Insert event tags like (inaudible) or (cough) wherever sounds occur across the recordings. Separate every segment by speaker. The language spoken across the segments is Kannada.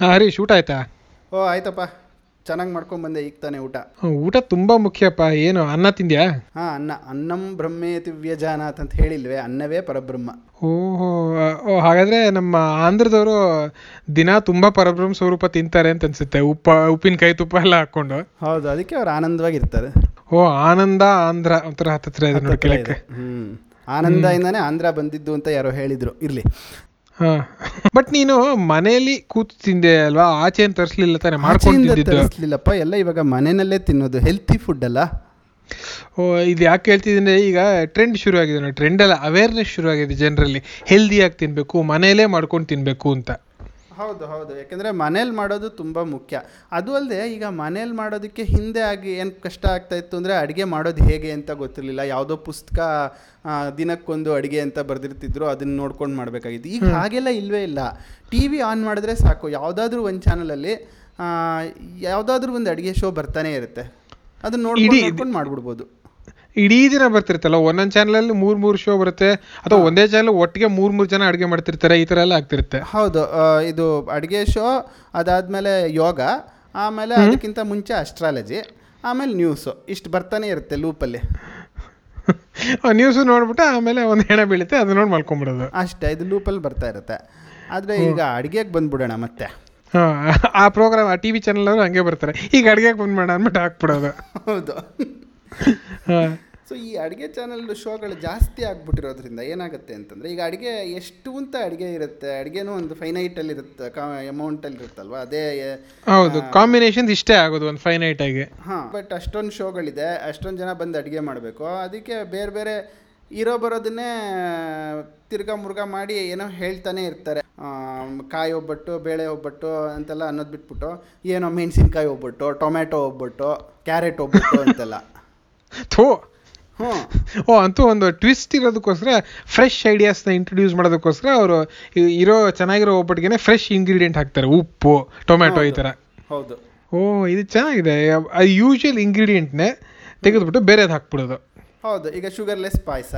Speaker 1: ಹಾಂ ಹರೀಶ್ ಊಟ ಆಯ್ತಾ
Speaker 2: ಓ ಆಯ್ತಪ್ಪ ಚೆನ್ನಾಗಿ ಮಾಡ್ಕೊಂಬಂದೆ ಈಗ ತಾನೇ ಊಟ
Speaker 1: ಹ್ಮ್, ಊಟ ತುಂಬ ಮುಖ್ಯಪ್ಪ ಏನು ಅನ್ನ ತಿಂದ್ಯಾ
Speaker 2: ಹಾಂ ಅನ್ನ ಅನ್ನಂ ಬ್ರಹ್ಮೇತಿ ವ್ಯಜಾನಾತ್ ಅಂತ ಹೇಳಿಲ್ವೇ ಅನ್ನವೇ ಪರಬ್ರಹ್ಮ
Speaker 1: ಓಹೋ ಆ- ಓ ಹಾಗಾದರೆ ನಮ್ಮ ಆಂಧ್ರದವರು ದಿನ ತುಂಬ ಪರಬ್ರಹ್ಮ ಸ್ವರೂಪ ತಿಂತಾರೆ ಅಂತ ಅನ್ಸುತ್ತೆ ಉಪ್ಪ ಉಪ್ಪಿನಕಾಯಿ ತುಪ್ಪ ಎಲ್ಲ ಹಾಕ್ಕೊಂಡು
Speaker 2: ಹೌದು ಅದಕ್ಕೆ ಅವ್ರು ಆನಂದವಾಗಿರ್ತಾರೆ
Speaker 1: ಓ ಆನಂದ ಆಂಧ್ರ ಒಂಥರ ಹತ್ತತ್ರ ಇದೆ ನೋಡಿ ಕೇಳಕ್ಕೆ
Speaker 2: ಹ್ಞೂ ಆನಂದದಿಂದನೇ ಆಂಧ್ರ ಬಂದಿದ್ದು ಅಂತ ಯಾರೋ ಹೇಳಿದರು ಇರಲಿ
Speaker 1: ಹಾಂ ಬಟ್ ನೀನು ಮನೆಯಲ್ಲಿ ಕೂತು ತಿಂದೆ ಅಲ್ವಾ ಆಚೆ ತರಿಸ್ಲಿಲ್ಲ ತಾನೇ ಮಾಡ್ಕೊಂಡು ತಿಂದಿದ್ದು
Speaker 2: ತರಿಸ್ಲಿಲ್ಲಪ್ಪ ಎಲ್ಲ ಇವಾಗ ಮನೆಯಲ್ಲೇ ತಿನ್ನೋದು ಹೆಲ್ತಿ ಫುಡ್ ಅಲ್ಲ
Speaker 1: ಓ ಇದು ಯಾಕೆ ಹೇಳ್ತಿದ್ದೀನಿ ಈಗ ಟ್ರೆಂಡ್ ಶುರು ಆಗಿದೆ ನೋಡಿ ಟ್ರೆಂಡ್ ಅಲ್ಲ ಅವೇರ್ನೆಸ್ ಶುರು ಆಗಿದೆ ಜನರಲ್ಲಿ ಹೆಲ್ದಿಯಾಗಿ ತಿನ್ನಬೇಕು ಮನೆಯಲ್ಲೇ ಮಾಡ್ಕೊಂಡು ತಿನ್ನಬೇಕು ಅಂತ
Speaker 2: ಹೌದು ಹೌದು ಯಾಕೆಂದರೆ ಮನೇಲಿ ಮಾಡೋದು ತುಂಬ ಮುಖ್ಯ ಅದು ಅಲ್ಲದೆ ಈಗ ಮನೇಲಿ ಮಾಡೋದಕ್ಕೆ ಹಿಂದೆ ಆಗಿ ಏನು ಕಷ್ಟ ಆಗ್ತಾ ಇತ್ತು ಅಂದರೆ ಅಡುಗೆ ಮಾಡೋದು ಹೇಗೆ ಅಂತ ಗೊತ್ತಿರಲಿಲ್ಲ ಯಾವುದೋ ಪುಸ್ತಕ ಆ, ದಿನಕ್ಕೊಂದು ಅಡುಗೆ ಅಂತ ಬರೆದಿರ್ತಿದ್ರು ಅದನ್ನು ನೋಡ್ಕೊಂಡು ಮಾಡಬೇಕಾಗಿತ್ತು ಈಗ ಹಾಗೆಲ್ಲ ಇಲ್ಲವೇ ಇಲ್ಲ ಟಿ ವಿ ಆನ್ ಮಾಡಿದ್ರೆ ಸಾಕು ಯಾವುದಾದ್ರೂ ಒಂದು ಚಾನಲಲ್ಲಿ ಯಾವುದಾದ್ರೂ ಒಂದು ಅಡುಗೆ ಶೋ ಬರ್ತಾನೆ ಇರುತ್ತೆ ಅದನ್ನು
Speaker 1: ಇಡೀ-
Speaker 2: ನೋಡ್ಕೊಂಡು ಮಾಡ್ಬಿಡ್ಬೋದು
Speaker 1: ಇಡೀ ದಿನ ಬರ್ತಿರ್ತಲ್ಲ ಒಂದೊಂದು ಚಾನಲಲ್ಲಿ ಮೂರು ಮೂರು ಶೋ ಬರುತ್ತೆ ಅಥವಾ ಒಂದೇ ಚಾನಲ್ ಒಟ್ಟಿಗೆ ಮೂರು ಮೂರು ಜನ ಅಡುಗೆ ಮಾಡ್ತಿರ್ತಾರೆ ಈ ಥರ ಎಲ್ಲ ಆಗ್ತಿರುತ್ತೆ
Speaker 2: ಹೌದು ಆ, ಇದು ಅಡುಗೆ ಶೋ ಅದಾದಮೇಲೆ ಯೋಗ ಆಮೇಲೆ ಅದಕ್ಕಿಂತ ಮುಂಚೆ ಅಸ್ಟ್ರಾಲಜಿ ಆಮೇಲೆ ನ್ಯೂಸು ಇಷ್ಟು ಬರ್ತಾನೆ ಇರುತ್ತೆ ಲೂಪಲ್ಲಿ
Speaker 1: ನ್ಯೂಸ್ ನೋಡ್ಬಿಟ್ಟು ಆಮೇಲೆ ಒಂದು ಹೆಣ ಬೀಳುತ್ತೆ ಅದು ನೋಡಿ ಮಲ್ಕೊಂಬಿಡೋದು
Speaker 2: ಅಷ್ಟೇ ಇದು ಲೂಪಲ್ಲಿ ಬರ್ತಾ ಇರುತ್ತೆ ಆದರೆ ಈಗ ಅಡುಗೆಗೆ ಬಂದ್ಬಿಡೋಣ ಮತ್ತೆ
Speaker 1: ಹಾಂ ಆ ಪ್ರೋಗ್ರಾಮ್ ಆ ಟಿ ವಿ ಚಾನಲ್ ಅವರು ಹಂಗೆ ಬರ್ತಾರೆ ಈಗ ಅಡುಗೆಗೆ ಬಂದು ಮಾಡೋಣ ಅಂದ್ಬಿಟ್ಟು ಹಾಕ್ಬಿಡೋದು
Speaker 2: ಹೌದು (laughs)
Speaker 1: ಹಾಂ
Speaker 2: ಸೊ ಈ ಅಡುಗೆ ಚಾನಲ್ ಶೋಗಳು ಜಾಸ್ತಿ ಆಗ್ಬಿಟ್ಟಿರೋದ್ರಿಂದ ಏನಾಗುತ್ತೆ ಅಂತಂದರೆ ಈಗ ಅಡುಗೆ ಎಷ್ಟು ಅಂತ ಅಡುಗೆ ಇರುತ್ತೆ ಅಡುಗೆನೂ ಒಂದು ಫೈನೈಟಲ್ಲಿ ಇರುತ್ತೆ ಕಾ ಅಮೌಂಟಲ್ಲಿ ಇರುತ್ತಲ್ವ ಅದೇ
Speaker 1: ಹೌದು ಕಾಂಬಿನೇಷನ್ಸ್ ಇಷ್ಟೇ ಆಗೋದು ಒಂದು ಫೈನೈಟ್ ಆಗಿ
Speaker 2: ಹಾಂ ಬಟ್ ಅಷ್ಟೊಂದು ಶೋಗಳಿದೆ ಅಷ್ಟೊಂದು ಜನ ಬಂದು ಅಡುಗೆ ಮಾಡಬೇಕು ಅದಕ್ಕೆ ಬೇರೆ ಬೇರೆ ಇರೋ ಬರೋದನ್ನೇ ತಿರ್ಗಾ ಮುರುಗಾ ಮಾಡಿ ಏನೋ ಹೇಳ್ತಾನೆ ಇರ್ತಾರೆ ಆಮ್, ಕಾಯಿ ಒಬ್ಬಟ್ಟು ಬೇಳೆ ಒಬ್ಬಟ್ಟು ಅಂತೆಲ್ಲ ಅನ್ನೋದು ಬಿಟ್ಬಿಟ್ಟು ಏನೋ ಮೆಣಸಿನ್ಕಾಯಿ ಒಬ್ಬಟ್ಟು ಟೊಮೆಟೊ ಒಬ್ಬಟ್ಟು ಕ್ಯಾರೆಟ್ ಒಬ್ಬಟ್ಟು ಅಂತೆಲ್ಲ
Speaker 1: ಥೋ
Speaker 2: ಹ್ಞೂ
Speaker 1: ಓ ಅಂತೂ ಒಂದು ಟ್ವಿಸ್ಟ್ ಇರೋದಕ್ಕೋಸ್ಕರ ಫ್ರೆಶ್ ಐಡಿಯಾಸ್ನ ಇಂಟ್ರೊಡ್ಯೂಸ್ ಮಾಡೋದಕ್ಕೋಸ್ಕರ ಅವರು ಇರೋ ಚೆನ್ನಾಗಿರೋ ಒಬ್ಬಟ್ಟಿಗೆ ಫ್ರೆಶ್ ಇಂಗ್ರೀಡಿಯೆಂಟ್ ಹಾಕ್ತಾರೆ ಉಪ್ಪು ಟೊಮೆಟೊ ಈ ಥರ
Speaker 2: ಹೌದು
Speaker 1: ಓ ಇದು ಚೆನ್ನಾಗಿದೆ ಯೂಶುವಲ್ ಇಂಗ್ರೀಡಿಯೆಂಟ್ನೇ ತೆಗೆದುಬಿಟ್ಟು ಬೇರೆದು ಹಾಕ್ಬಿಡೋದು
Speaker 2: ಹೌದು ಈಗ ಶುಗರ್ಲೆಸ್ ಪಾಯಸ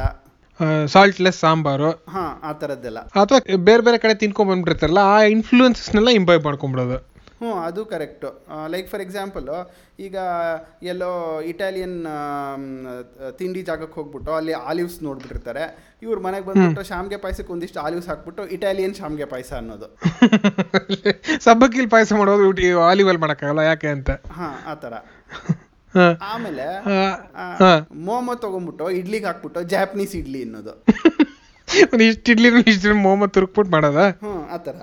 Speaker 1: ಸಾಲ್ಟ್ಲೆಸ್ ಸಾಂಬಾರು
Speaker 2: ಹಾಂ ಆ ಥರದ್ದೆಲ್ಲ
Speaker 1: ಅಥವಾ ಬೇರೆ ಬೇರೆ ಕಡೆ ತಿನ್ಕೊಂಡ್ ಬಂದ್ಬಿಟ್ಟಿರ್ತಾರಲ್ಲ ಆ ಇನ್ಫ್ಲೂಯೆನ್ಸಸ್ನೆಲ್ಲ ಇಂಬೈವ್ (laughs) ಮಾಡ್ಕೊಂಬಿಡೋದು
Speaker 2: ಹ್ಞೂ ಅದು ಕರೆಕ್ಟು ಲೈಕ್ ಫಾರ್ ಎಕ್ಸಾಂಪಲು ಈಗ ಎಲ್ಲೋ ಇಟಾಲಿಯನ್ ಆಮ್, ಅಹ್, ತಿಂಡಿ ಜಾಗಕ್ಕೆ ಹೋಗ್ಬಿಟ್ಟು ಅಲ್ಲಿ ಆಲಿವ್ಸ್ ನೋಡ್ಬಿಟ್ಟಿರ್ತಾರೆ ಇವ್ರ ಮನೆಗೆ ಬಂದ್ಬಿಟ್ಟು ಶಾಮ್ಗೆ ಪಾಯಸಕ್ಕೆ ಒಂದಿಷ್ಟು ಆಲಿವ್ಸ್ ಹಾಕ್ಬಿಟ್ಟು ಇಟಾಲಿಯನ್ ಶಾಮ್ಗೆ ಪಾಯಸ ಅನ್ನೋದು
Speaker 1: ಸಬ್ಬಕ್ಕಿಲಿ ಪಾಯಸ ಮಾಡೋದು ಆಲಿವ್ ಅಲ್ಲಿ ಮಾಡೋಕ್ಕಾಗಲ್ಲ ಯಾಕೆ ಅಂತ
Speaker 2: ಹಾಂ ಆ ಥರ
Speaker 1: ಹಾಂ
Speaker 2: ಆಮೇಲೆ ಆ,
Speaker 1: ಹಾಂ
Speaker 2: ಮೋಮೋ ತೊಗೊಂಬಿಟ್ಟು ಇಡ್ಲಿಗೆ ಹಾಕ್ಬಿಟ್ಟು ಜಾಪನೀಸ್ ಇಡ್ಲಿ ಅನ್ನೋದು
Speaker 1: ಒಂದು ಇಷ್ಟು ಇಡ್ಲಿ ಇಷ್ಟು ಮೊಹಮ್ಮದ್ ತುರುಕ್ಬಿಟ್ಟು ಮಾಡೋದಾ
Speaker 2: ಹ್ಞೂ ಆ ಥರ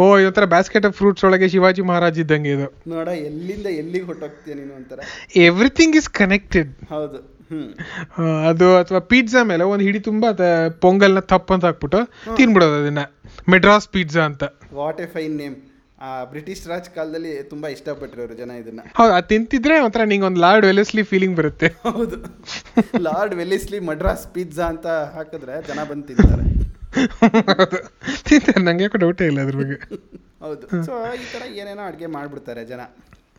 Speaker 1: ಓ ಇದೊಂಥರ ಬ್ಯಾಸ್ಕೆಟ್ ಆಫ್ ಫ್ರೂಟ್ಸ್ ಒಳಗೆ ಶಿವಾಜಿ ಮಹಾರಾಜ್ ಇದ್ದಂಗೆ ಇದು
Speaker 2: ನೋಡ ಎಲ್ಲಿಂದ ಎಲ್ಲಿಗೆ ಹೊಟ್ಟೋಗ್ತೀಯ ನೀನು ಅಂತಾರ
Speaker 1: ಎವ್ರಿಥಿಂಗ್ ಇಸ್ ಕನೆಕ್ಟೆಡ್
Speaker 2: ಹೌದು ಹ್ಞೂ
Speaker 1: ಅದು ಅಥವಾ ಪಿಜ್ಜಾ ಮೇಲೆ ಒಂದು ಹಿಡಿ ತುಂಬ ಅದ- ಪೊಂಗಲ್ನ ತಪ್ಪು ಅಂತ ಹಾಕ್ಬಿಟ್ಟು ತಿನ್ಬಿಡೋದು ಅದನ್ನ ಮೆಡ್ರಾಸ್ ಪಿಜ್ಜಾ ಅಂತ
Speaker 2: what a fine name British Raj ಕಾಲದಲ್ಲಿ ತುಂಬ ಇಷ್ಟಪಟ್ಟಿರೋರು ಜನ ಇದನ್ನು
Speaker 1: ಹೌದು ಅದು ತಿಂತಿದ್ರೆ ಒಂಥರ ನಿಂಗೆ ಒಂದು ಲಾರ್ಡ್ ವೆಲೆಸ್ಲಿ ಫೀಲಿಂಗ್ ಬರುತ್ತೆ
Speaker 2: ಹೌದು (laughs) ಲಾರ್ಡ್ ವೆಲ್ಲಿಸ್ಲಿ ಮಡ್ರಾಸ್ ಪಿಜ್ಜಾ ಅಂತ ಹಾಕಿದ್ರೆ ಜನ ಬಂದು ತಿಂತಾರೆ
Speaker 1: ಹೌದು. ತಿಂತಾರೆ ನಂಗೆ ಕೂಡ ಡೌಟೇ ಇಲ್ಲ ಅದ್ರ ಬಗ್ಗೆ
Speaker 2: ಹೌದು ಸೊ ಈ ಥರ ಏನೇನೋ ಅಡುಗೆ ಮಾಡಿಬಿಡ್ತಾರೆ ಜನ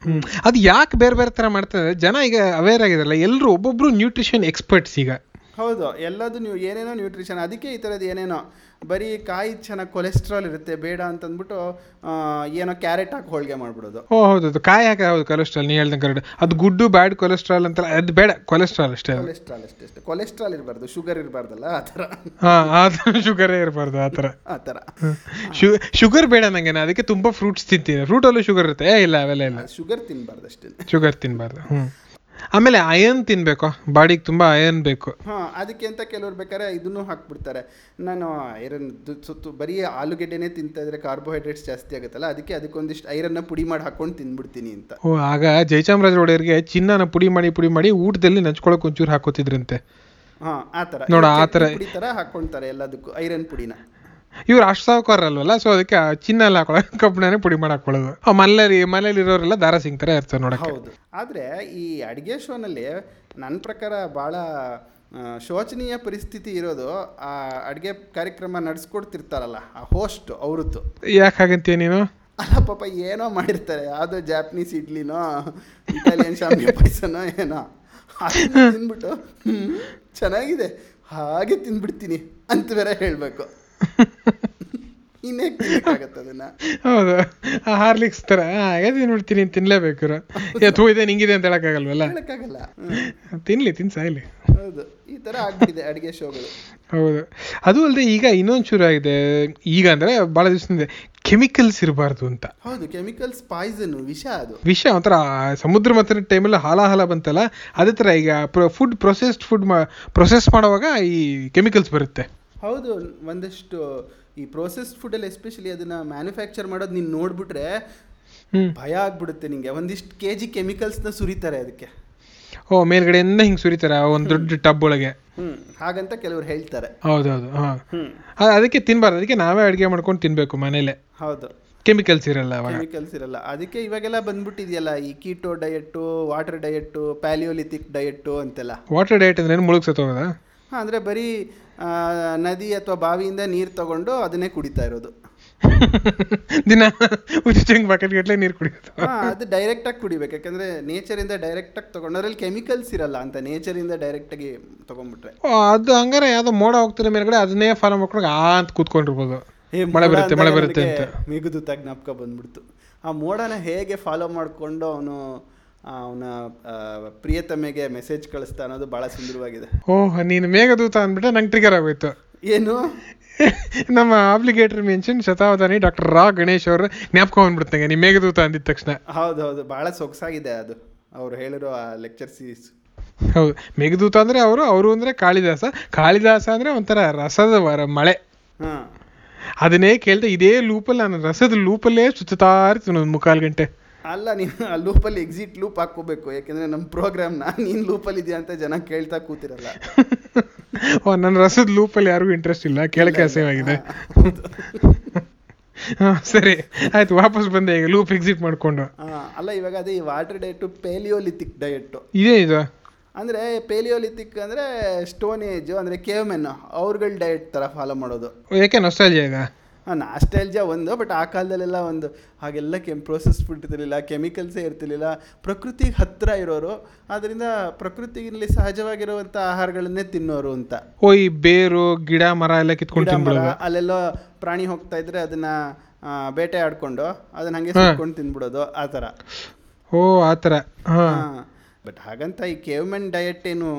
Speaker 1: ಹ್ಮ್. ಅದು ಯಾಕೆ ಬೇರೆ ಬೇರೆ ಥರ ಮಾಡ್ತಾರೆ ಜನ ಈಗ ಅವೇರ್ ಆಗಿದಾರಲ್ಲ ಎಲ್ಲರೂ ಒಬ್ಬೊಬ್ರು ನ್ಯೂಟ್ರಿಷನ್ ಎಕ್ಸ್ಪರ್ಟ್ಸ್ ಈಗ
Speaker 2: ಹೌದು ಎಲ್ಲದು ನೀವು ಏನೇನೋ ನ್ಯೂಟ್ರಿಷನ್ ಅದಕ್ಕೆ ಈ ಥರದ್ದು ಏನೇನೋ ಬರೀ ಕಾಯಿ ಚೆನ್ನಾಗಿ ಕೊಲೆಸ್ಟ್ರಾಲ್ ಇರುತ್ತೆ ಬೇಡ ಅಂತಂದ್ಬಿಟ್ಟು ಆ, ಏನೋ ಕ್ಯಾರೆಟ್ ಹಾಕಿ ಹೋಳಿಗೆ ಮಾಡಿಬಿಡೋದು
Speaker 1: ಓ ಹೌದು ಅದು ಕಾಯಿ ಹಾಕಿ ಹೌದು ಕೊಲೆಸ್ಟ್ರಾಲ್ ನೀ ಹೇಳ್ದಂಗೆ ಕರೆಕ್ಟ್ ಅದು ಗುಡ್ಡು ಬ್ಯಾಡ್ ಕೊಲೆಸ್ಟ್ರಾಲ್ ಅಂತ ಅದು ಬೇಡ ಕೊಲೆಸ್ಟ್ರಾಲ್ ಅಷ್ಟೇ ಅದು
Speaker 2: ಕೊಲೆಸ್ಟ್ರಾಲ್ ಅಷ್ಟೇ ಅಷ್ಟೇ ಕೊಲೆಸ್ಟ್ರಾಲ್ ಇರಬಾರ್ದು ಶುಗರ್ ಇರಬಾರ್ದಲ್ಲ ಆ ಥರ
Speaker 1: ಹಾಂ ಆ ಥರ ಶುಗರೇ ಇರಬಾರ್ದು ಆ ಥರ
Speaker 2: ಆ ಥರ
Speaker 1: ಶು ಶುಗರ್ ಬೇಡ ನಂಗೆ ನಾನು ಅದಕ್ಕೆ ತುಂಬ ಫ್ರೂಟ್ಸ್ ತಿಂತೀನಿ ಫ್ರೂಟಲ್ಲೂ ಶುಗರ್ ಇರುತ್ತೆ ಏ ಇಲ್ಲ ಅವೆಲ್ಲ ಇಲ್ಲ
Speaker 2: ಶುಗರ್ ತಿನ್ನಬಾರ್ದು ಅಷ್ಟೇ
Speaker 1: ಶುಗರ್ ತಿನ್ನಬಾರ್ದು ಹ್ಞೂ ಆಮೇಲೆ ಅಯನ್ ತಿನ್ನಬೇಕು ಬಾಡಿಗೆ ತುಂಬ ಅಯನ್ ಬೇಕು
Speaker 2: ಹಾಂ ಅದಕ್ಕೆ ಅಂತ ಕೆಲವ್ರು ಬೇಕಾದ್ರೆ ಇದನ್ನು ಹಾಕ್ಬಿಡ್ತಾರೆ ನಾನು ಐರನ್ ಸುತ್ತು ಬರೀ ಆಲೂಗೆಡ್ಡೆನೇ ತಿಂತಾ ಇದ್ರೆ ಕಾರ್ಬೋಹೈಡ್ರೇಟ್ಸ್ ಜಾಸ್ತಿ ಆಗುತ್ತಲ್ಲ ಅದಕ್ಕೆ ಅದಕ್ಕೊಂದಿಷ್ಟು ಐರನ್ನ ಪುಡಿ ಮಾಡಿ ಹಾಕೊಂಡು ತಿಂದ್ಬಿಡ್ತೀನಿ ಅಂತ
Speaker 1: ಓ ಆಗ ಜಯಚಾಮರಾಜ ಒಡೆಯರ್ಗೆ ಚಿನ್ನನ ಪುಡಿ ಮಾಡಿ ಪುಡಿ ಮಾಡಿ ಊಟದಲ್ಲಿ ನಂಚ್ಕೊಳಕ್ಕೆ ಒಂಚೂರು ಹಾಕೋತಿದ್ರಂತೆ
Speaker 2: ಹಾಂ ಆ ಥರ
Speaker 1: ನೋಡು, ಆ
Speaker 2: ಚಟ್ನಿ
Speaker 1: ಥರ.
Speaker 2: ಪುಡಿ ಥರ ಹಾಕ್ಕೊಳ್ತಾರೆ ಎಲ್ಲದಕ್ಕೂ ಐರನ್ ಪುಡಿನ
Speaker 1: ಇವ್ರು ಅಷ್ಟು ಸಾವುಕಾರ ಅಲ್ವಲ್ಲ ಸೊ ಅದಕ್ಕೆ ಆ ಚಿನ್ನ ಎಲ್ಲ ಹಾಕೊಳ್ಳೋದು (laughs) ಕಬ್ಬಿಣನೇ ಪುಡಿ ಮಾಡಿ ಹಾಕೊಳ್ಳೋದು ಆ ಮನೇಲಿ ಮನೇಲಿ ಇರೋರೆಲ್ಲ ದಾರ ಸಿಗ್ತಾರೆ ಇರ್ತಾರೆ ನೋಡಕ್ಕೆ
Speaker 2: ಹೌದು ಆದರೆ ಈ ಅಡುಗೆ ಶೋನಲ್ಲಿ ನನ್ನ ಪ್ರಕಾರ ಭಾಳ ಆ, ಶೋಚನೀಯ ಪರಿಸ್ಥಿತಿ ಇರೋದು ಆ ಅಡುಗೆ ಕಾರ್ಯಕ್ರಮ ನಡೆಸ್ಕೊಡ್ತಿರ್ತಾರಲ್ಲ ಆ ಹೋಸ್ಟ್ ಅವ್ರದ್ದು
Speaker 1: ಯಾಕೆ ಹಾಗಂತೀಯ ನೀನು
Speaker 2: ಅಲ್ಲ ಪಾಪ ಏನೋ ಮಾಡಿರ್ತಾರೆ ಯಾವುದೋ ಜಾಪನೀಸ್ ಇಡ್ಲಿನೋ ಇಟಾಲಿಯನ್ ಶಾಮಿಗೆ ಪಾಯಸನೋ ಏನೋ ಅದನ್ನ ತಿಂದ್ಬಿಟ್ಟು ಹ್ಮ್, ಚೆನ್ನಾಗಿದೆ ಹಾಗೆ ತಿಂದ್ಬಿಡ್ತೀನಿ ಅಂತ ಬೇರೆ ಹೇಳಬೇಕು ಇನ್ನೇ ತಿನ್ನಕ್ಕಾಗತ್ತೆ ಅದನ್ನ
Speaker 1: ಹೌದು ಆ ಹಾರ್ಲಿಕ್ಸ್ ತರ ಹಾಗೆ ನೋಡ್ತೀನಿ ತಿನ್ಲೇಬೇಕು ಎತ್ತು ಇದೆ ನಿಂಗಿದೆ ಅಂತ ಹೇಳಕ್ಕಾಗಲ್ವಲ್ಲ
Speaker 2: ಹೇಳಕ್ಕಾಗಲ್ಲ ಹ್ಮ್.
Speaker 1: ತಿನ್ಲಿ ತಿನ್ಸ ಇಲ್ಲಿ
Speaker 2: ಹೌದು ಈ ತರ ಆಗ್ಬಿಟ್ಟಿದೆ ಅಡಿಗೆ ಶೋಗಳು
Speaker 1: ಹೌದು ಅದು ಅಲ್ಲದೆ ಈಗ ಇನ್ನೊಂದು ಶುರು ಆಗಿದೆ ಈಗ ಅಂದ್ರೆ ಬಹಳ ದಿವಸದಿಂದ ಕೆಮಿಕಲ್ಸ್ ಇರಬಾರ್ದು ಅಂತ
Speaker 2: ಹೌದು ಕೆಮಿಕಲ್ಸ್ ಪಾಯ್ಸನ್ ವಿಷ ಅದು
Speaker 1: ವಿಷ ಒಂಥರ ಆ ಸಮುದ್ರ ಮಥನ ಟೈಮಲ್ಲಿ ಹಾಲಾಹಲ ಬಂತಲ್ಲ ಅದೇ ಥರ ಈಗ ಫುಡ್ ಪ್ರೊಸೆಸ್ಡ್ ಫುಡ್ ಪ್ರೊಸೆಸ್ ಮಾಡುವಾಗ ಈ ಕೆಮಿಕಲ್ಸ್ ಬರುತ್ತೆ
Speaker 2: ಹೌದು ಒಂದಷ್ಟು ಈ ಪ್ರೊಸೆಸ್ಡ್ ಫುಡಲ್ಲಿ ಎಸ್ಪೆಷಲಿ ಅದನ್ನ ಮ್ಯಾನುಫ್ಯಾಕ್ಚರ್ ಮಾಡೋದು ನೀನು ನೋಡ್ಬಿಟ್ರೆ
Speaker 1: ಹ್ಮ್.
Speaker 2: ಭಯ ಆಗ್ಬಿಡುತ್ತೆ ನಿಂಗೆ ಒಂದಿಷ್ಟು ಕೆ ಜಿ ಕೆಮಿಕಲ್ಸ್ನ ಸುರಿತಾರೆ ಅದಕ್ಕೆ
Speaker 1: ಓ ಮೇಲ್ಗಡೆಯಿಂದ ಹಿಂಗೆ ಸುರಿತಾರೆ ಒಂದು ದೊಡ್ಡ ಟಬ್ ಒಳಗೆ
Speaker 2: ಹ್ಮ್ ಹಾಗಂತ ಕೆಲವ್ರು ಹೇಳ್ತಾರೆ
Speaker 1: ಹೌದೌದು ಹಾಂ
Speaker 2: ಹ್ಮ್
Speaker 1: ಅದಕ್ಕೆ ತಿನ್ನಬಾರ್ದು ಅದಕ್ಕೆ ನಾವೇ ಅಡುಗೆ ಮಾಡ್ಕೊಂಡು ತಿನ್ನಬೇಕು ಮನೇಲೆ
Speaker 2: ಹೌದು
Speaker 1: ಕೆಮಿಕಲ್ಸ್ ಇರಲ್ಲ ಅವಾಗ
Speaker 2: ಕೆಮಿಕಲ್ಸ್ ಇರಲ್ಲ ಅದಕ್ಕೆ ಇವಾಗೆಲ್ಲ ಬಂದ್ಬಿಟ್ಟಿದೆಯಲ್ಲ ಈ keto diet water diet paleolithic diet ಅಂತೆಲ್ಲ
Speaker 1: ವಾಟರ್ ಡಯಟ್ ಅಂದ್ರೆ ಏನು ಮುಳುಗ್ಸತ್ ಹೋಗೋದಾ
Speaker 2: ಹಾಂ ಅಂದರೆ ಬರೀ ಆ, ನದಿ ಅಥವಾ ಬಾವಿಯಿಂದ ನೀರು ತಗೊಂಡು ಅದನ್ನೇ ಕುಡಿತಾ ಇರೋದು
Speaker 1: ದಿನ ಉಚಿತಂಗೆ ಬಕೆಟ್ ಗಟ್ಟಲೆ ನೀರು ಕುಡಿಯೋದು
Speaker 2: ಹಾಂ ಅದು ಡೈರೆಕ್ಟಾಗಿ ಕುಡಿಬೇಕು ಯಾಕಂದರೆ ನೇಚರಿಂದ ಡೈರೆಕ್ಟಾಗಿ ತಗೊಂಡು ಅದರಲ್ಲಿ ಕೆಮಿಕಲ್ಸ್ ಇರಲ್ಲ ಅಂತ ನೇಚರಿಂದ ಡೈರೆಕ್ಟಾಗಿ ತೊಗೊಂಡ್ಬಿಟ್ರೆ
Speaker 1: ಓ, ಅದು ಹಂಗಾರೆ ಯಾವ್ದೋ ಮೋಡ ಹೋಗ್ತಿರೋ ಮೇಲ್ಗಡೆ ಅದನ್ನೇ ಫಾಲೋ ಮಾಡ್ಕೊಂಡು ಆ ಅಂತ ಕೂತ್ಕೊಂಡಿರ್ಬೋದು
Speaker 2: ಏ,
Speaker 1: ಮಳೆ
Speaker 2: ಮೋಡ
Speaker 1: ಬರುತ್ತೆ ಮಳೆ
Speaker 2: ಅಂದಾಗ
Speaker 1: ಬರುತ್ತೆ ಅಂತ
Speaker 2: ನನಗೆ ಮಿಗುದುತ್ತಾಗಿ ಜ್ಞಾಪಕ ಬಂದ್ಬಿಡ್ತು ಆ ಮೋಡನ ಹೇಗೆ ಫಾಲೋ ಮಾಡಿಕೊಂಡು ಅವನು ಅವನ ಪ್ರಿಯತಮೆಗೆ ಮೆಸೇಜ್ ಕಳಿಸ್ತಾ ಅನ್ನೋದು ಭಾಳ ಸುಂದರವಾಗಿದೆ
Speaker 1: ಓಹ್ ನೀನು ಮೇಘದೂತ ಅಂದ್ಬಿಟ್ರೆ ನಂಗೆ ಟ್ರಿಗರ್ ಆಗೋಯ್ತು (laughs)
Speaker 2: ಏನು
Speaker 1: ನಮ್ಮ ಆಬ್ಲಿಗೇಟರ್ ಮೆನ್ಷನ್ ಶತಾವಧಾನಿ ಡಾಕ್ಟರ್ ರಾ ಗಣೇಶ್ ಅವರು ಜ್ಞಾಪಕ ಬಂದ್ಬಿಡ್ತಂಗೆ ನೀವು ಮೇಘದೂತ ಅಂದಿದ ತಕ್ಷಣ
Speaker 2: ಹೌದು ಹೌದು ಭಾಳ ಸೊಗಸಾಗಿದೆ ಅದು ಅವ್ರು ಹೇಳಿರೋ ಆ ಲೆಕ್ಚರ್ ಸೀರೀಸ್
Speaker 1: ಹೌದು ಮೇಘದೂತ ಅಂದ್ರೆ ಅವರು ಅವರು ಅಂದ್ರೆ ಕಾಳಿದಾಸ ಕಾಳಿದಾಸ ಅಂದ್ರೆ ಒಂಥರ ರಸದ ವರ ಮಳೆ
Speaker 2: ಹಾಂ
Speaker 1: ಅದನ್ನೇ ಕೇಳ್ದೆ ಇದೇ ಲೂಪಲ್ಲಿ ನಾನು ರಸದ ಲೂಪಲ್ಲೇ ಸುತ್ತಾ ಇರ್ತೀನಿ ಒಂದು ಮುಕ್ಕಾಲು ಗಂಟೆ
Speaker 2: ಅಲ್ಲ ನೀನು ಆ ಲೂಪಲ್ಲಿ ಎಕ್ಸಿಟ್ ಲೂಪ್ ಹಾಕ್ಕೋಬೇಕು ಯಾಕೆಂದರೆ ನಮ್ಮ ಪ್ರೋಗ್ರಾಮ್ನ ನೀನು ಲೂಪಲ್ಲಿ ಇದೆಯಾ ಅಂತ ಜನ ಕೇಳ್ತಾ ಕೂತಿರಲ್ಲ
Speaker 1: ಓ ನನ್ನ ರಸದ ಲೂಪಲ್ಲಿ ಯಾರಿಗೂ ಇಂಟ್ರೆಸ್ಟ್ ಇಲ್ಲ ಕೇಳಕ್ಕೆ ಅಸಹ್ಯವಾಗಿದೆ ಹಾ, ಸರಿ ಆಯ್ತು ವಾಪಸ್ ಬಂದೆ ಈಗ ಲೂಪ್ ಎಕ್ಸಿಟ್ ಮಾಡ್ಕೊಂಡು
Speaker 2: ಆ, ಅಲ್ಲ ಇವಾಗ ಅದೇ ಈ ವಾಟರ್ ಡಯಟು ಪೇಲಿಯೋಲಿಥಿಕ್ ಡಯಟು
Speaker 1: ಇದೇ ಇದು
Speaker 2: ಅಂದರೆ ಪೇಲಿಯೋಲಿಥಿಕ್ ಅಂದರೆ ಸ್ಟೋನ್ ಏಜು ಅಂದರೆ ಕೇವ್ ಮೆನ್ ಅವ್ರುಗಳ ಡಯಟ್ ಥರ ಫಾಲೋ ಮಾಡೋದು
Speaker 1: ಯಾಕೆ ನೊಸ್ಟಾಲ್ಜಿಯಾ ಈಗ
Speaker 2: ನಾಸ್ಟೈಲ್ಜ ಒಂದು ಬಟ್ ಆ ಕಾಲದಲ್ಲೆಲ್ಲ ಒಂದು ಹಾಗೆಲ್ಲ ಕೆಮ್ ಪ್ರೋಸೆಸ್ ಫುಡ್ ಇರ್ತಿರ್ಲಿಲ್ಲ ಕೆಮಿಕಲ್ಸೇ ಇರ್ತಿರ್ಲಿಲ್ಲ ಪ್ರಕೃತಿಗೆ ಹತ್ತಿರ ಇರೋರು ಆದ್ದರಿಂದ ಪ್ರಕೃತಿಯಲ್ಲಿ ಸಹಜವಾಗಿರುವಂಥ ಆಹಾರಗಳನ್ನೇ ತಿನ್ನೋರು ಅಂತ
Speaker 1: ಓ ಈ ಬೇರು ಗಿಡ ಮರ ಎಲ್ಲ ಕಿತ್ಕೊಂಡು
Speaker 2: ಗಿಡ ಮರ
Speaker 1: ತಿನ್ಬಿಡೋದು
Speaker 2: ಅಲ್ಲೆಲ್ಲೋ ಪ್ರಾಣಿ ಹೋಗ್ತಾ ಇದ್ರೆ ಅದನ್ನ ಆ, ಬೇಟೆ ಆಡ್ಕೊಂಡು ಅದನ್ನ ಹಂಗೆ
Speaker 1: ಹಾ.
Speaker 2: ಸುಟ್ಕೊಂಡು ತಿನ್ಬಿಡೋದು ಆ ಥರ
Speaker 1: ಓ ಆ ಥರ ಹಾ
Speaker 2: ಬಟ್ ಹಾಗಂತ ಈ ಕೇವ್ಮೆನ್ ಡಯಟ್ ಏನು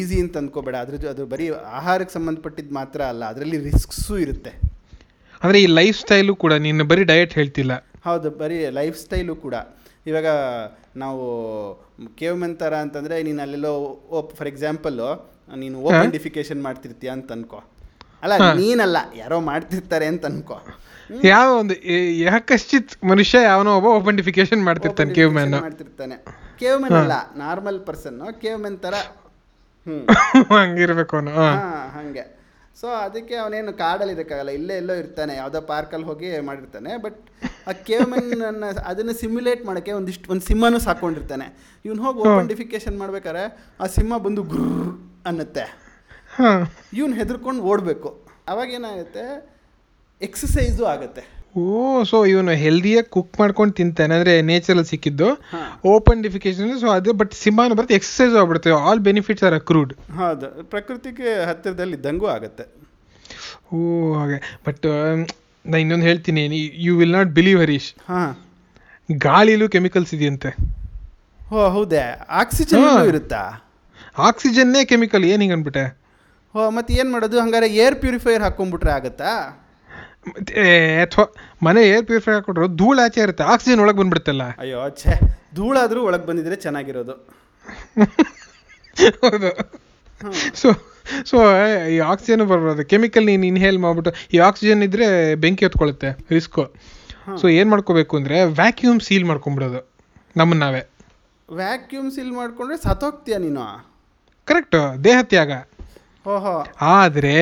Speaker 2: ಈಸಿ ಅಂತ ಅನ್ಕೋಬೇಡ ಅದ್ರ ಜೊ- ಅದು ಬರೀ ಆಹಾರಕ್ಕೆ ಸಂಬಂಧಪಟ್ಟಿದ್ದು ಮಾತ್ರ ಅಲ್ಲ ಅದರಲ್ಲಿ ರಿಸ್ಕ್ಸು ಇರುತ್ತೆ
Speaker 1: ಅಂದ್ರೆ ಈ ಲೈಫ್ ಸ್ಟೈಲು ಕೂಡ ನೀನು ಬರೀ ಡಯಟ್ ಹೇಳ್ತಿಲ್ಲ
Speaker 2: ಹೌದು ಬರೀ ಲೈಫ್ ಸ್ಟೈಲು ಕೂಡ ಇವಾಗ ನಾವು ಕೇವ್ಮೆನ್ ಥರ ಅಂತಂದರೆ ನೀನು ಅಲ್ಲೆಲ್ಲೋ ಓಪ್ ಫಾರ್ ಎಕ್ಸಾಂಪಲ್ಲು ನೀನು ಓಪನ್ ಡಿಫಿಕೇಶನ್ ಮಾಡ್ತಿರ್ತೀಯ ಅಂತ ಅನ್ಕೋ ಅಲ್ಲ ನೀನಲ್ಲ ಯಾರೋ ಮಾಡ್ತಿರ್ತಾರೆ ಅಂತ ಅನ್ಕೋ
Speaker 1: ಯಾವ ಒಂದು ಏ- ಯಾಕಶ್ಚಿತ್ ಮನುಷ್ಯ ಯಾವನೋ ಒಬ್ಬ ಓಪೆಂಟಿಫಿಕೇಶನ್ ಮಾಡ್ತಿರ್ತಾನೆ ಕೇವ್ ಮ್ಯಾನ್
Speaker 2: Open defecation ಮಾಡ್ತಿರ್ತಾನೆ ಕೇವ್ಮೆನ್ ಅಲ್ಲ ನಾರ್ಮಲ್ ಪರ್ಸನ್ ಕೇವ್ಮೆನ್ ಥರ ಹ್ಞೂ
Speaker 1: ಹಂಗಿರ್ಬೇಕು ಅವನು ಹಾ
Speaker 2: ಹಾಂ ಹಾಗೆ ಸೊ ಅದಕ್ಕೆ ಅವನೇನು ಕಾಡಲ್ಲಿ ಇರೋಕ್ಕಾಗಲ್ಲ ಇಲ್ಲೇ ಎಲ್ಲೋ ಇರ್ತಾನೆ ಯಾವುದೋ ಪಾರ್ಕಲ್ಲಿ ಹೋಗಿ ಮಾಡಿರ್ತಾನೆ ಬಟ್ ಆ ಕೇವ್ಮನ್ ಅದನ್ನು ಸಿಮ್ಯುಲೇಟ್ ಮಾಡೋಕ್ಕೆ ಒಂದಿಷ್ಟು ಒಂದು ಸಿಂಹನೂ ಸಾಕೊಂಡಿರ್ತಾನೆ ಇವ್ನು ಹೋಗಿ ಓಪನ್ ಡಿಫಿಕೇಶನ್ ಮಾಡ್ಬೇಕಾದ್ರೆ ಆ ಸಿಂಹ ಬಂದು ಗುರ್ ಅನ್ನತ್ತೆ
Speaker 1: ಹಾ
Speaker 2: ಇವ್ನು ಹೆದರ್ಕೊಂಡು ಓಡಬೇಕು ಅವಾಗ ಏನಾಗುತ್ತೆ ಎಕ್ಸಸೈಸು ಆಗುತ್ತೆ
Speaker 1: ಓ ಸೊ ಇವನು ಹೆಲ್ದಿಯಾಗಿ ಕುಕ್ ಮಾಡ್ಕೊಂಡು ತಿಂತಾನೆ ಅಂದರೆ ನೇಚರಲ್ಲಿ ಸಿಕ್ಕಿದ್ದು
Speaker 2: ಹಾ.
Speaker 1: ಓಪನ್ ಡಿಫಿಕೇಶನ್ ಸೊ ಅದು ಬಟ್ ಸಿಂಹಾನು ಬರುತ್ತೆ ಎಕ್ಸಸೈಸ್ ಆಗ್ಬಿಡುತ್ತೆ ಆಲ್ ಬೆನಿಫಿಟ್ಸ್ ಆರ್ ಅಕ್ರೂಡ್
Speaker 2: ಹೌದು ಪ್ರಕೃತಿಗೆ ಹತ್ತಿರದಲ್ಲಿ ಇದ್ದಂಗೂ ಆಗುತ್ತೆ
Speaker 1: ಓ ಹಾಗೆ ಬಟ್ ನಾ ಇನ್ನೊಂದು ಹೇಳ್ತೀನಿ you will not believe Harish
Speaker 2: ಹಾಂ
Speaker 1: ಗಾಳಿಲೂ ಕೆಮಿಕಲ್ಸ್ ಇದೆಯಂತೆ
Speaker 2: ಓ ಹೌದೇ ಆಕ್ಸಿಜನ್
Speaker 1: ಹಾ.
Speaker 2: ಇರುತ್ತಾ
Speaker 1: ಆಕ್ಸಿಜನ್ನೇ ಕೆಮಿಕಲ್ ಏನು ಹಿಂಗೆ ಅಂದ್ಬಿಟ್ಟೆ
Speaker 2: ಓ ಮತ್ತೆ ಏನು ಮಾಡೋದು ಹಂಗಾರೆ ಏರ್ ಪ್ಯೂರಿಫೈಯರ್ ಹಾಕ್ಕೊಂಡ್ಬಿಟ್ರೆ ಆಗುತ್ತಾ
Speaker 1: ಅಥವಾ ಮನೆ ಏರ್ ಪ್ಯೂರಿಫೈ ಹಾಕ್ಬಿಟ್ರು ಧೂಳು ಆಚೆ ಇರುತ್ತೆ ಆಕ್ಸಿಜನ್ ಒಳಗೆ ಬಂದ್ಬಿಡುತ್ತಲ್ಲ
Speaker 2: ಅಯ್ಯೋ ಛೇ ಧೂಳಾದ್ರೂ ಒಳಗೆ ಬಂದಿದ್ರೆ ಚೆನ್ನಾಗಿರೋದು
Speaker 1: ಹೌದು ಸೊ ಸೊ ಈ ಆಕ್ಸಿಜನ್ ಬರ್ಬಾರ್ದು ಕೆಮಿಕಲ್ ನೀನು ಇನ್ಹೇಲ್ ಮಾಡ್ಬಿಟ್ಟು ಈ ಆಕ್ಸಿಜನ್ ಇದ್ರೆ ಬೆಂಕಿ ಹೊತ್ಕೊಳ್ಳುತ್ತೆ ರಿಸ್ಕು ಸೊ ಏನು ಮಾಡ್ಕೋಬೇಕು ಅಂದರೆ ವ್ಯಾಕ್ಯೂಮ್ ಸೀಲ್ ಮಾಡ್ಕೊಂಬಿಡೋದು ನಮ್ಮನ್ನ ನಾವೇ
Speaker 2: ವ್ಯಾಕ್ಯೂಮ್ ಸೀಲ್ ಮಾಡಿಕೊಂಡ್ರೆ ಸತ್ತೋಗ್ತೀಯ ನೀನು
Speaker 1: ಕರೆಕ್ಟ್ ದೇಹ ತ್ಯಾಗ
Speaker 2: ಓಹೋ
Speaker 1: ಆದರೆ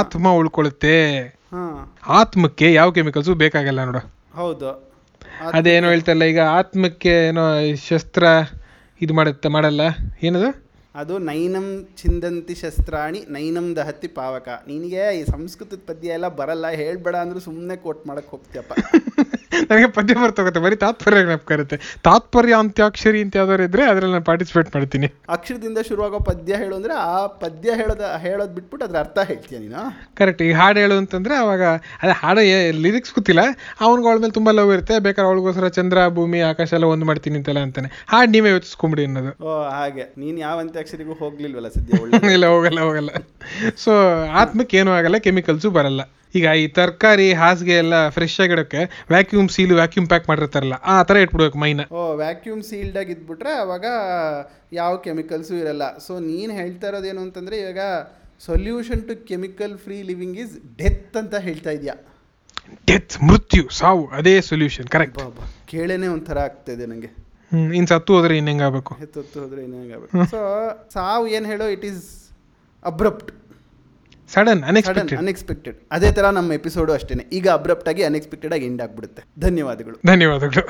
Speaker 1: ಆತ್ಮ ಉಳ್ಕೊಳ್ಳುತ್ತೆ
Speaker 2: ಹಾಂ
Speaker 1: ಆತ್ಮಕ್ಕೆ ಯಾವ ಕೆಮಿಕಲ್ಸು ಬೇಕಾಗಲ್ಲ ನೋಡು
Speaker 2: ಹೌದು ಆ-
Speaker 1: ಅದೇನೋ ಹೇಳ್ತಾರಲ್ಲ ಈಗ ಆತ್ಮಕ್ಕೆ ಏನೋ ಶಸ್ತ್ರ ಇದು ಮಾಡುತ್ತೆ ಮಾಡಲ್ಲ ಏನದು (laughs)
Speaker 2: ಅದು ನೈನಂ ಚಿಂದಂತಿ ಶಸ್ತ್ರಾಣಿ ನೈನಂ ದಹತಿ ಪಾವಕ ನಿನಗೆ ಈ ಸಂಸ್ಕೃತದ ಪದ್ಯ ಎಲ್ಲ ಬರಲ್ಲ ಹೇಳ್ಬೇಡ ಅಂದ್ರೂ ಸುಮ್ಮನೆ ಕೋಟ್ ಮಾಡಕ್ಕೆ ಹೋಗ್ತೀಯಪ್ಪ
Speaker 1: ನನಗೆ ಪದ್ಯ ಬರ್ತೋಗುತ್ತೆ ಬರೀ ತಾತ್ಪರ್ಯ ಜ್ಞಾಪಕ ಇರುತ್ತೆ ತಾತ್ಪರ್ಯ ಅಂತ್ಯಾಕ್ಷರಿ ಅಂತ ಯಾವ್ದಾದ್ರು ಇದ್ರೆ ಅದ್ರಲ್ಲಿ ನಾನು ಪಾರ್ಟಿಸಿಪೇಟ್ ಮಾಡ್ತೀನಿ
Speaker 2: ಅಕ್ಷರದಿಂದ ಶುರುವಾಗೋ ಪದ್ಯ ಹೇಳು ಅಂದ್ರೆ ಆ ಪದ್ಯ ಹೇಳೋದ ಹೇಳೋದ್ ಬಿಟ್ಬಿಟ್ಟು ಅದ್ರ ಅರ್ಥ ಹೇಳ್ತೀಯ ನೀನು
Speaker 1: ಕರೆಕ್ಟ್ ಈಗ ಹಾಡು ಹೇಳು ಅಂತಂದ್ರೆ ಅವಾಗ ಅದೇ ಹಾಡು ಲಿರಿಕ್ಸ್ ಗೊತ್ತಿಲ್ಲ ಅವ್ನಿಗೆ ಅವಳ ಮೇಲೆ ತುಂಬ ಲವ್ ಇರುತ್ತೆ ಬೇಕಾದ್ರೆ ಅವಳಿಗೋಸ್ಕರ ಚಂದ್ರ ಭೂಮಿ ಆಕಾಶ ಎಲ್ಲ ಒಂದು ಮಾಡ್ತೀನಿ ಅಂತೆಲ್ಲ ಅಂತಾನೆ ಹಾಡು ನೀವೇ ಯೋಚಿಸ್ಕೊಂಬಿಡಿ ಅನ್ನೋದು
Speaker 2: ಓ ಹಾಗೆ ನೀನ್ ಯಾವ ಅಂತ್ಯಾಕ್ಷರಿಗೂ ಹೋಗ್ಲಿಲ್ವಲ್ಲ ಸದ್ಯ ಒಳ್ಳೆ
Speaker 1: (laughs) ಇಲ್ಲ ಹೋಗಲ್ಲ ಹೋಗಲ್ಲ ಸೊ ಆತ್ಮಕ್ಕೆ ಏನೂ ಆಗಲ್ಲ ಕೆಮಿಕಲ್ಸು ಬರಲ್ಲ ಈಗ ಈ ತರಕಾರಿ ಹಾಸಿಗೆ ಎಲ್ಲ ಫ್ರೆಶ್ ಆಗಿಡೋಕ್ಕೆ ವ್ಯಾಕ್ಯೂಮ್ ಸೀಲ್ ವ್ಯಾಕ್ಯೂಮ್ ಪ್ಯಾಕ್ ಮಾಡಿರ್ತಾರಲ್ಲ ಆ ಥರ ಇಟ್ಬಿಡ್ಬೇಕು ಮೈನ
Speaker 2: ಓ ವ್ಯಾಕ್ಯೂಮ್ ಸೀಲ್ಡ್ ಆಗಿ ಇದ್ಬಿಟ್ರೆ ಅವಾಗ ಯಾವ ಕೆಮಿಕಲ್ಸು ಇರಲ್ಲ ಸೊ ನೀನು ಹೇಳ್ತಾ ಇರೋದೇನು ಅಂತಂದರೆ ಇವಾಗ solution to chemical free living is death ಅಂತ ಹೇಳ್ತಾ ಇದೆಯಾ
Speaker 1: ಡೆತ್ ಮೃತ್ಯು ಸಾವು ಅದೇ ಸೊಲ್ಯೂಷನ್ ಕರೆಕ್ಟ್
Speaker 2: ಕೇಳೇನೆ ಒಂಥರ ಆಗ್ತಾ ಇದೆ ನನಗೆ
Speaker 1: ಹ್ಮ್ ಇನ್ ಸತ್ತು ಹೋದ್ರೆ ಇನ್ ಹೆಂಗಾಗಬೇಕು
Speaker 2: ಹೆತ್ತೊತ್ತು ಹೋದ್ರೆ ಏನಾಗಬೇಕು ಸೊ ಸಾವು ಏನು ಹೇಳೋ it is abrupt
Speaker 1: sudden
Speaker 2: sudden
Speaker 1: unexpected
Speaker 2: unexpected ಅದೇ ಥರ ನಮ್ಮ ಎಪಿಸೋಡು ಅಷ್ಟೇ ಈಗ ಅಬ್ರಪ್ಟಾಗಿ ಅನ್ಎಕ್ಸ್ಪೆಕ್ಟೆಡ್ ಆಗಿ ಎಂಡ್ ಆಗಿಬಿಡುತ್ತೆ ಧನ್ಯವಾದಗಳು
Speaker 1: ಧನ್ಯವಾದಗಳು